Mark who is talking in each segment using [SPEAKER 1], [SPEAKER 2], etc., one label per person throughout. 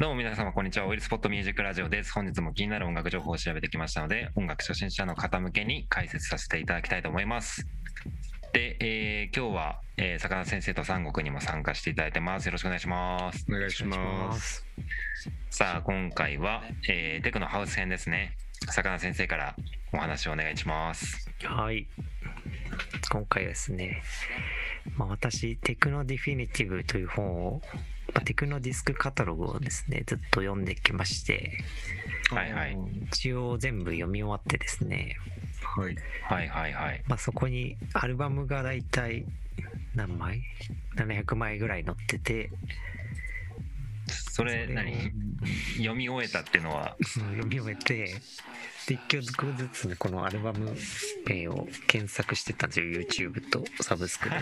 [SPEAKER 1] どうも皆様、こんにちは。オイルスポットミュージックラジオです。本日も気になる音楽情報を調べてきましたので、音楽初心者の方向けに解説させていただきたいと思います。で、えー今日は、えー、魚先生と三国にも参加していただいてます。よろしくお願いします。
[SPEAKER 2] お願いします。
[SPEAKER 1] さあ、今回は、えーテクノハウス編ですね。魚先生からお話をお願いします。
[SPEAKER 2] はい。今回はですね、まあ、私、テクノディフィニティブという本を、まあテクノディスクカタログをですね、ずっと読んできまして、
[SPEAKER 1] はいはい。
[SPEAKER 2] 一応全部読み終わってですね、
[SPEAKER 3] はい。
[SPEAKER 1] はいはいはい。
[SPEAKER 2] まあ、そこにアルバムがだいたい何枚 ?700 枚ぐらい載ってて、
[SPEAKER 1] それ
[SPEAKER 2] それを
[SPEAKER 1] 何読み終えたっていうのは、
[SPEAKER 2] その読み終えて、で、一曲ずつこのアルバム名を検索してたんですよ、YouTube とサブスクで。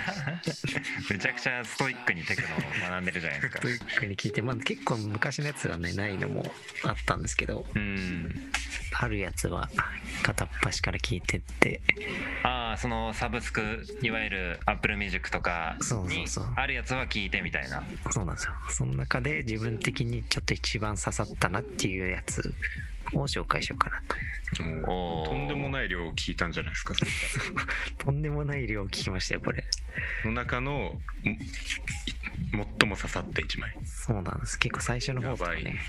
[SPEAKER 1] めちゃくちゃストイックにテクノを学んでるじゃないですか
[SPEAKER 2] ト。イックに聞いて、まあ、結構昔のやつがねないのもあったんですけど
[SPEAKER 1] うん。
[SPEAKER 2] あるやつは片っ端から聞いてって
[SPEAKER 1] ああそのサブスクいわゆる Apple Music とか
[SPEAKER 2] そうそ
[SPEAKER 1] に
[SPEAKER 2] うそう
[SPEAKER 1] あるやつは聞いてみたいな
[SPEAKER 2] そうなんですよその中で自分的にちょっと一番刺さったなっていうやつを紹介しようかな
[SPEAKER 1] おー
[SPEAKER 3] とんでもない量を聞いたんじゃないですか。
[SPEAKER 2] ととんでもない量聞きましたよこれ
[SPEAKER 3] その中のん最も刺さった一枚。
[SPEAKER 2] そうなんです結構最初の方とか
[SPEAKER 3] やば
[SPEAKER 2] ね
[SPEAKER 3] い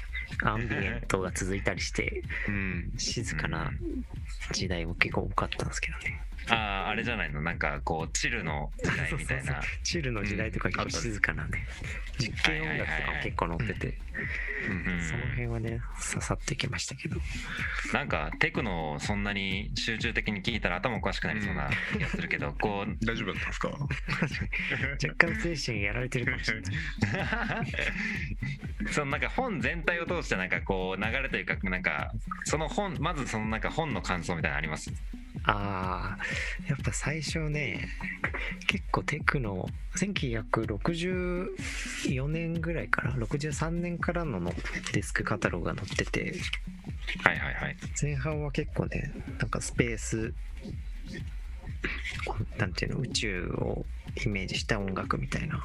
[SPEAKER 2] アンビエントが続いたりして
[SPEAKER 3] うん。
[SPEAKER 2] 静かな時代も結構多かったんですけどね
[SPEAKER 1] あああれじゃないのなんかこうチルの時代みたい
[SPEAKER 2] そうそう
[SPEAKER 1] な
[SPEAKER 2] そうチルの時代とか結構静かなね、実験音楽とかも結構載ってて、
[SPEAKER 1] うん
[SPEAKER 2] その辺はね刺さってきましたけど
[SPEAKER 1] なんかテクノをそんなに集中的に聞いたら頭おかしくなりそうな気がするけど、こう
[SPEAKER 3] 大丈夫だったんですか。
[SPEAKER 2] 若干精神やられてるかもしれ ない
[SPEAKER 1] そのなんか本全体を通してなんかこう流れというかなんかその本まずそのなんか本の感想みたいなのあります
[SPEAKER 2] あーやっぱ最初ね結構テクノ1964年ぐらいから63年からののデスクカタログが載ってて
[SPEAKER 1] はいはいはい
[SPEAKER 2] 前半は結構ねなんかスペースなんていうの宇宙をイメージした音楽みたいな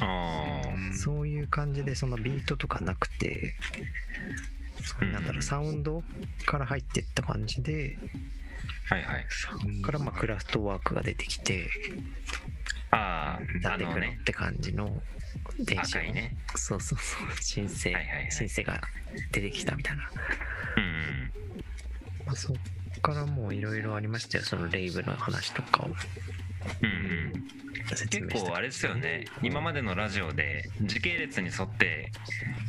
[SPEAKER 1] ああ
[SPEAKER 2] そういう感じでそのビートとかなくて、そう
[SPEAKER 1] うん
[SPEAKER 2] なんだろう、サウンドから入ってった感じで、
[SPEAKER 1] はいはい
[SPEAKER 2] からまあクラフトワークが出てきて、
[SPEAKER 1] ああ
[SPEAKER 2] な
[SPEAKER 1] あ
[SPEAKER 2] って
[SPEAKER 1] の
[SPEAKER 2] くる
[SPEAKER 1] ね
[SPEAKER 2] って感じの電子
[SPEAKER 1] 赤いね
[SPEAKER 2] そうそうそう、申請
[SPEAKER 1] はいはいは、い
[SPEAKER 2] 申請が出てきたみたいな。
[SPEAKER 1] うん
[SPEAKER 2] まあ、そっからもういろいろありましたよ、そのレイブの話とかを
[SPEAKER 1] うんうんうん
[SPEAKER 2] 説
[SPEAKER 1] 結
[SPEAKER 2] 明し
[SPEAKER 1] 構
[SPEAKER 2] た。
[SPEAKER 1] あれですよね今までのラジオで時系列に沿って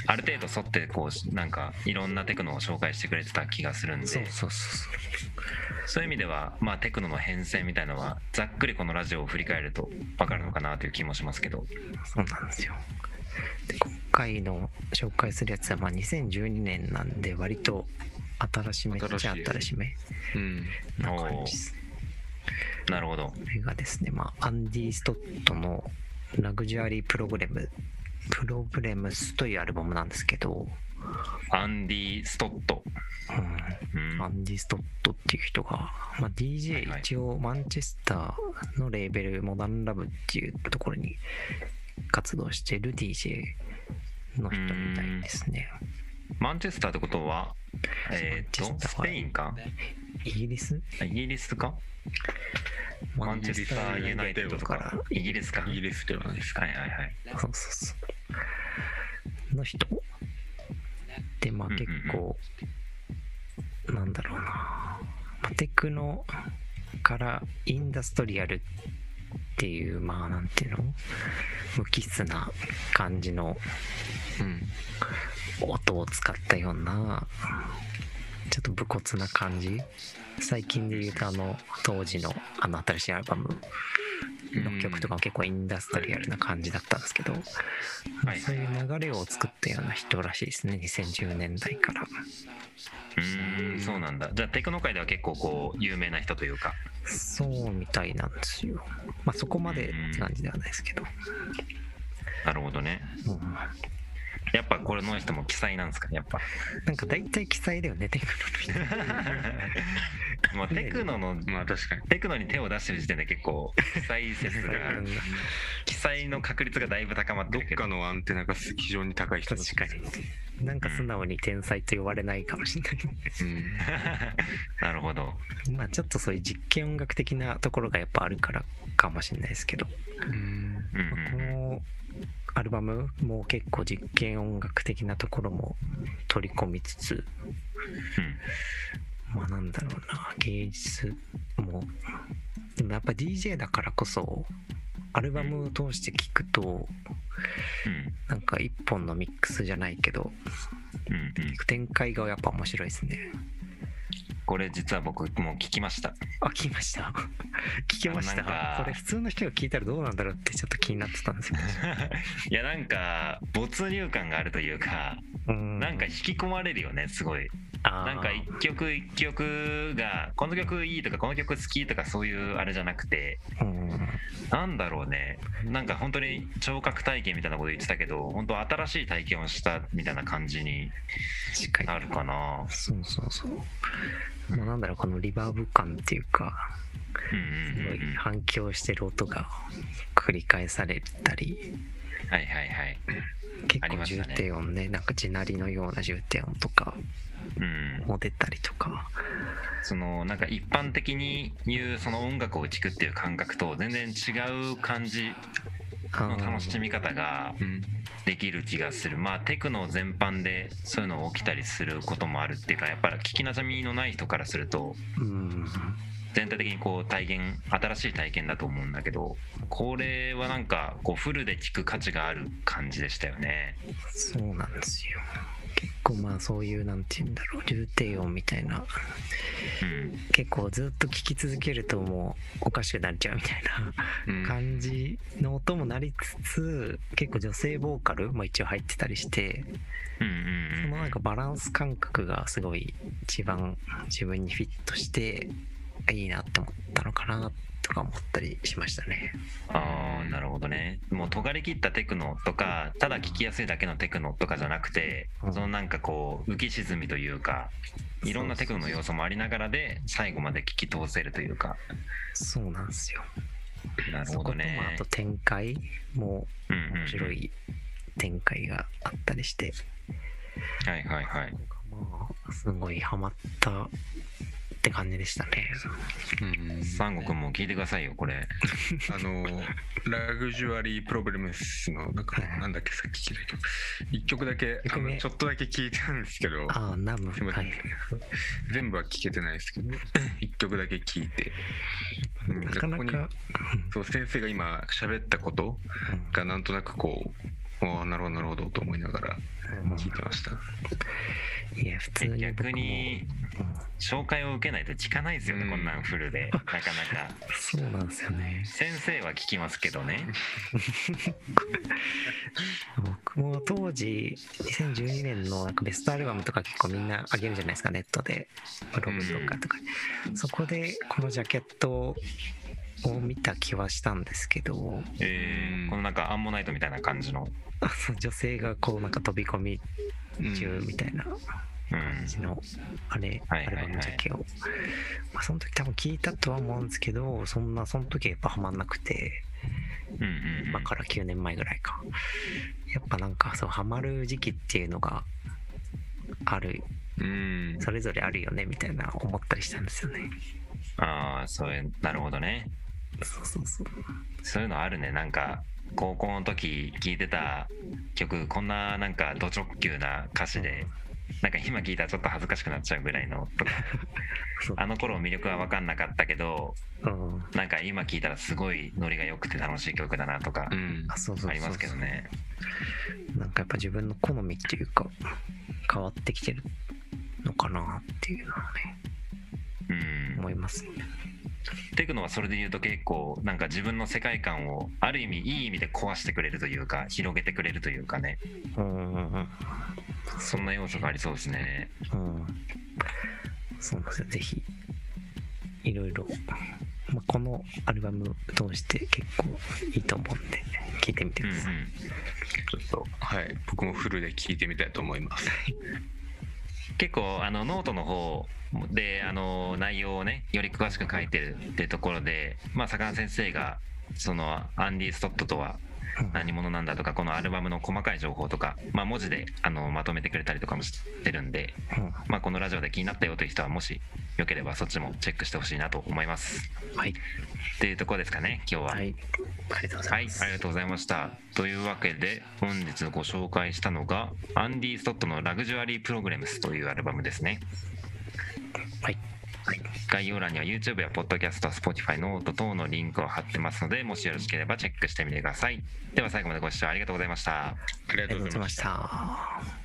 [SPEAKER 1] ある程度沿ってこうなんかいろんなテクノを紹介してくれてた気がするんで
[SPEAKER 2] そ
[SPEAKER 1] そう
[SPEAKER 2] うそうそう
[SPEAKER 1] いう意味では、まあ、テクノの変遷みたいのはざっくりこのラジオを振り返ると分かるのかなという気もしますけど
[SPEAKER 2] そうなんですよ。で今回の紹介するやつは、まあ、2012年なんで割と新しめっちゃ
[SPEAKER 3] 新しい
[SPEAKER 2] 新しめ
[SPEAKER 3] うん。
[SPEAKER 2] な感じです。
[SPEAKER 1] なるほど
[SPEAKER 2] これがですね、まあ、アンディ・ストットの「ラグジュアリー・プログレム」プログレムスというアルバムなんですけど、
[SPEAKER 1] アンディ・ストット、
[SPEAKER 2] うん
[SPEAKER 1] うん、
[SPEAKER 2] アンディ・ストットっていう人が、まあ、
[SPEAKER 1] はいは
[SPEAKER 2] DJ
[SPEAKER 1] い
[SPEAKER 2] 一応マンチェスターのレーベルモダンラブっていうところに活動してる DJ の人みたいですね。
[SPEAKER 1] マンチェスターってことはえー、
[SPEAKER 2] マ
[SPEAKER 1] っ
[SPEAKER 2] ン
[SPEAKER 1] と
[SPEAKER 2] チェス
[SPEAKER 1] ス
[SPEAKER 2] ターは
[SPEAKER 1] ペインか
[SPEAKER 2] イギリス
[SPEAKER 1] イギリスか
[SPEAKER 2] マ
[SPEAKER 1] マ
[SPEAKER 2] ン
[SPEAKER 1] ン
[SPEAKER 2] チ
[SPEAKER 1] チ
[SPEAKER 2] ェ
[SPEAKER 1] ェ
[SPEAKER 2] ス
[SPEAKER 1] ス
[SPEAKER 2] タ
[SPEAKER 1] タ
[SPEAKER 2] ー
[SPEAKER 1] ー
[SPEAKER 2] ユ
[SPEAKER 1] ユ
[SPEAKER 2] ナ
[SPEAKER 1] ナ
[SPEAKER 2] イ
[SPEAKER 1] イ
[SPEAKER 2] テ
[SPEAKER 1] テッ
[SPEAKER 2] ッド
[SPEAKER 1] ド
[SPEAKER 2] と
[SPEAKER 1] と
[SPEAKER 2] か
[SPEAKER 1] からイギリスか
[SPEAKER 3] イギリスではないですか。
[SPEAKER 1] はいはいはい
[SPEAKER 2] そうそうそうの人でまあ
[SPEAKER 1] うんうんう
[SPEAKER 2] 結
[SPEAKER 1] ん
[SPEAKER 2] 構、なんだろうな、まあテクノからインダストリアルっていうまあなんていうの無機質な感じの
[SPEAKER 3] うん。
[SPEAKER 2] 音を使ったようなちょっと武骨な感じ最近で言うとあの当時のあの新しいアルバムの曲とかも結構インダストリアルな感じだったんですけど、
[SPEAKER 1] はい
[SPEAKER 2] そういう流れを作ったような人らしいですね2010年代から
[SPEAKER 1] うーんそうなんだじゃあテクノ界では結構こう有名な人というか
[SPEAKER 2] そうみたいなんですよまあそこまでって感じではないですけど、
[SPEAKER 1] なるほどね
[SPEAKER 2] うん
[SPEAKER 1] やっぱこれの人も記載なんですかねや っぱ
[SPEAKER 2] なんか大体記載だよねテクノの人
[SPEAKER 1] まあテクノの
[SPEAKER 3] まあ確かに
[SPEAKER 1] テクノに手を出してる時点で結構記載説が
[SPEAKER 2] うん
[SPEAKER 1] 記載の確率がだいぶ高まって
[SPEAKER 3] ど
[SPEAKER 1] るけ
[SPEAKER 3] っ
[SPEAKER 1] ど
[SPEAKER 3] かのアンテナが非常に高い人だ
[SPEAKER 2] 確かになんか素直に天才と呼ばれないかもしれない
[SPEAKER 3] うん、
[SPEAKER 1] なるほど
[SPEAKER 2] まあちょっとそういう実験音楽的なところがやっぱあるからかもしれないですけど、
[SPEAKER 3] うん
[SPEAKER 1] うんう
[SPEAKER 2] まあこ
[SPEAKER 1] ん
[SPEAKER 2] のアルバムも結構実験音楽的なところも取り込みつつまあなんだろうな芸術もでもやっぱ DJ だからこそアルバムを通して聴くとなんか一本のミックスじゃないけど
[SPEAKER 1] うんうんうんうん
[SPEAKER 2] 展開がやっぱ面白いですね
[SPEAKER 1] これ実は僕もう聞きました
[SPEAKER 2] あ聞きました 聞きまし
[SPEAKER 1] あなんか
[SPEAKER 2] たこれ普通の人が聞いたらどうなんだろうってちょっと気になってたんですよ
[SPEAKER 1] いやなんか没入感があるというか
[SPEAKER 2] な
[SPEAKER 1] なんか引き込まれるよねすごいなんか一曲一曲がこの曲いいとかこの曲好きとかそういうあれじゃなくて
[SPEAKER 2] うん
[SPEAKER 1] なんだろうねなんか本当に聴覚体験みたいなこと言ってたけど本当新しい体験をしたみたいな感じに
[SPEAKER 2] 近い
[SPEAKER 1] なるかな
[SPEAKER 2] そうそうそう、まあ、なんだろうこのリバーブ感っていうか
[SPEAKER 1] うんう
[SPEAKER 2] す
[SPEAKER 1] んうん
[SPEAKER 2] ご
[SPEAKER 1] う
[SPEAKER 2] い
[SPEAKER 1] んは
[SPEAKER 2] 反響してる音が繰り返されたり
[SPEAKER 1] いはいはい
[SPEAKER 2] 結
[SPEAKER 1] あり
[SPEAKER 2] 構
[SPEAKER 1] まし
[SPEAKER 2] 重
[SPEAKER 1] たね
[SPEAKER 2] 低音ねなんか地鳴りのような重低音とか
[SPEAKER 1] うん
[SPEAKER 2] も出たりとか
[SPEAKER 1] そのなんか一般的に言うその音楽を聴くっていう感覚と全然違う感じの楽しみ方が
[SPEAKER 3] うん
[SPEAKER 1] できる気がするまあテクノ全般でそういうの起きたりすることもあるっていうかやっぱり聞きなじみのない人からすると
[SPEAKER 2] うん
[SPEAKER 1] 全体的にこう体験新しい体験だと思うんだけどこれはなんかこうフルで聞く価値がある感じでしたよね
[SPEAKER 2] そうなんですよ結構まあそういうなんて言うんだろう重低音みたいな
[SPEAKER 1] うん
[SPEAKER 2] 結構ずっと聴き続けるともうおかしくなっちゃうみたいな
[SPEAKER 3] うん
[SPEAKER 2] 感じの音もなりつつ結構女性ボーカルも一応入ってたりして
[SPEAKER 1] うん
[SPEAKER 2] そ
[SPEAKER 1] うん
[SPEAKER 2] の
[SPEAKER 1] うん
[SPEAKER 2] なんかバランス感覚がすごい一番自分にフィットしていいなって思ったのかなとか思ったりしましたね。
[SPEAKER 1] ああなるほどねもう尖り切ったテクノとかただ聞きやすいだけのテクノとかじゃなくて
[SPEAKER 2] うん
[SPEAKER 1] そのなんかこう浮き沈みというかいろんなテクノの要素もありながらで最後まで聞き通せるというか
[SPEAKER 2] そうなんですよ。
[SPEAKER 1] なる
[SPEAKER 2] そ
[SPEAKER 1] ほ
[SPEAKER 2] こ
[SPEAKER 1] ど
[SPEAKER 2] とまああ
[SPEAKER 1] ね
[SPEAKER 2] と展開も
[SPEAKER 1] うんうんうん
[SPEAKER 2] 面白い展開があったりして、
[SPEAKER 1] はいはいはい
[SPEAKER 2] なんかまあすごいハマったって感じでしたね。
[SPEAKER 3] うん
[SPEAKER 1] 三国も聞いてくださいよこれ
[SPEAKER 3] あのラグジュアリープロブレムスのなんか
[SPEAKER 2] はい
[SPEAKER 3] なんだっけさっき聞いた曲一曲だけ
[SPEAKER 2] 一
[SPEAKER 3] あ
[SPEAKER 2] 曲目
[SPEAKER 3] のちょっとだけ聞いたんですけど
[SPEAKER 2] ああ、ナム、
[SPEAKER 3] すいま
[SPEAKER 2] は
[SPEAKER 3] せん
[SPEAKER 2] い。
[SPEAKER 3] 全部は聞けてないですけど一曲だけ聞いて、うん
[SPEAKER 2] なかな
[SPEAKER 3] でここ
[SPEAKER 2] か
[SPEAKER 3] に、そう先生が今喋ったこと
[SPEAKER 2] うん
[SPEAKER 3] がなんとなくこうああなるほどなるほどと思いながら
[SPEAKER 2] うん
[SPEAKER 3] 聞いてました、
[SPEAKER 2] いや、普通に僕
[SPEAKER 1] 逆
[SPEAKER 2] も。
[SPEAKER 1] に
[SPEAKER 2] うん
[SPEAKER 1] 紹介を受けないと聞かないですよね、
[SPEAKER 3] うん
[SPEAKER 1] こんなんフル でなかなか
[SPEAKER 2] そうなんですよね。
[SPEAKER 1] 先生は聞きますけどね
[SPEAKER 2] 僕も当時2012年のなんかベストアルバムとか結構みんなあげるじゃないですかネットでブログとかとか、そこでこのジャケットを見た気はしたんですけど
[SPEAKER 1] えーこのなんかアンモナイトみたいな感じの
[SPEAKER 2] あそう女性がこうなんか飛び込み
[SPEAKER 3] うん
[SPEAKER 2] 中みたいな
[SPEAKER 1] うん
[SPEAKER 2] 感じのあれ、
[SPEAKER 1] はい
[SPEAKER 2] ア
[SPEAKER 1] はい
[SPEAKER 2] ル
[SPEAKER 1] はい
[SPEAKER 2] バムのジャケを、まあ、その時多分聞いたとは思うんですけどそんなその時はやっぱハマんなくて
[SPEAKER 1] うんうんうん
[SPEAKER 2] 今から9年前ぐらいかやっぱなんかそうハマる時期っていうのがある
[SPEAKER 3] うん
[SPEAKER 2] それぞれあるよねみたいな思ったりしたんですよね。
[SPEAKER 1] ああそういうなるほどね
[SPEAKER 2] そうそうそう。
[SPEAKER 1] そういうのあるねなんか高校の時聴いてた曲こんななんかド直球な歌詞でなんか今聴いたらちょっと恥ずかしくなっちゃうぐらいのとか
[SPEAKER 2] そう
[SPEAKER 1] あの頃魅力は分かんなかったけど
[SPEAKER 2] うん。
[SPEAKER 1] なんか今聴いたらすごいノリが良くて楽しい曲だなとか
[SPEAKER 3] うん
[SPEAKER 2] あ、そうそうそうそう
[SPEAKER 1] ありますけど。ね
[SPEAKER 2] なんかやっぱ自分の好みっていうか、変わってきてるのかなっていうのはね、
[SPEAKER 1] うん
[SPEAKER 2] 思いますね。
[SPEAKER 1] テクノはそれで言うと結構なんか自分の世界観をある意味いい意味で壊してくれるというか広げてくれるというかね
[SPEAKER 2] うんうんうん。
[SPEAKER 1] そんな要素がありそうですね
[SPEAKER 2] うん。そうなんですよ。ぜひ、いろいろ、まあ、このアルバム通して結構いいと思うんで、聞いてみて
[SPEAKER 1] うん
[SPEAKER 2] く
[SPEAKER 1] う
[SPEAKER 2] ださい。
[SPEAKER 1] ん
[SPEAKER 3] ちょっとはい僕もフルで聞いてみたいと思います
[SPEAKER 1] 結構あのノートの方であの内容をねより詳しく書いてるってところで、まあ、坂田先生がそのアンディ・ストットとは何者なんだとかこのアルバムの細かい情報とか、まあ、文字であのまとめてくれたりとかもしてるんで、
[SPEAKER 2] うん
[SPEAKER 1] まあ、このラジオで気になったよという人はもしよければそっちもチェックしてほしいなと思います。
[SPEAKER 2] はい、
[SPEAKER 1] っていうところですかね今日は。
[SPEAKER 2] はい、ありがとうござ
[SPEAKER 1] はいい
[SPEAKER 2] ます。、
[SPEAKER 1] ありがとうございました。というわけで、本日ご紹介したのが、アンディ・ストットのラグジュアリー・プログレムスというアルバムですね。
[SPEAKER 2] はい、はい、
[SPEAKER 1] 概要欄には YouTube や Podcast、Spotify、ノート等のリンクを貼ってますので、もしよろしければチェックしてみてください。では最後までご視聴ありがとうございました。
[SPEAKER 3] あり
[SPEAKER 2] ありが
[SPEAKER 3] がと
[SPEAKER 2] とう
[SPEAKER 3] うご
[SPEAKER 2] ござ
[SPEAKER 3] ざい
[SPEAKER 2] い
[SPEAKER 3] ま
[SPEAKER 2] ま
[SPEAKER 3] し
[SPEAKER 2] したた。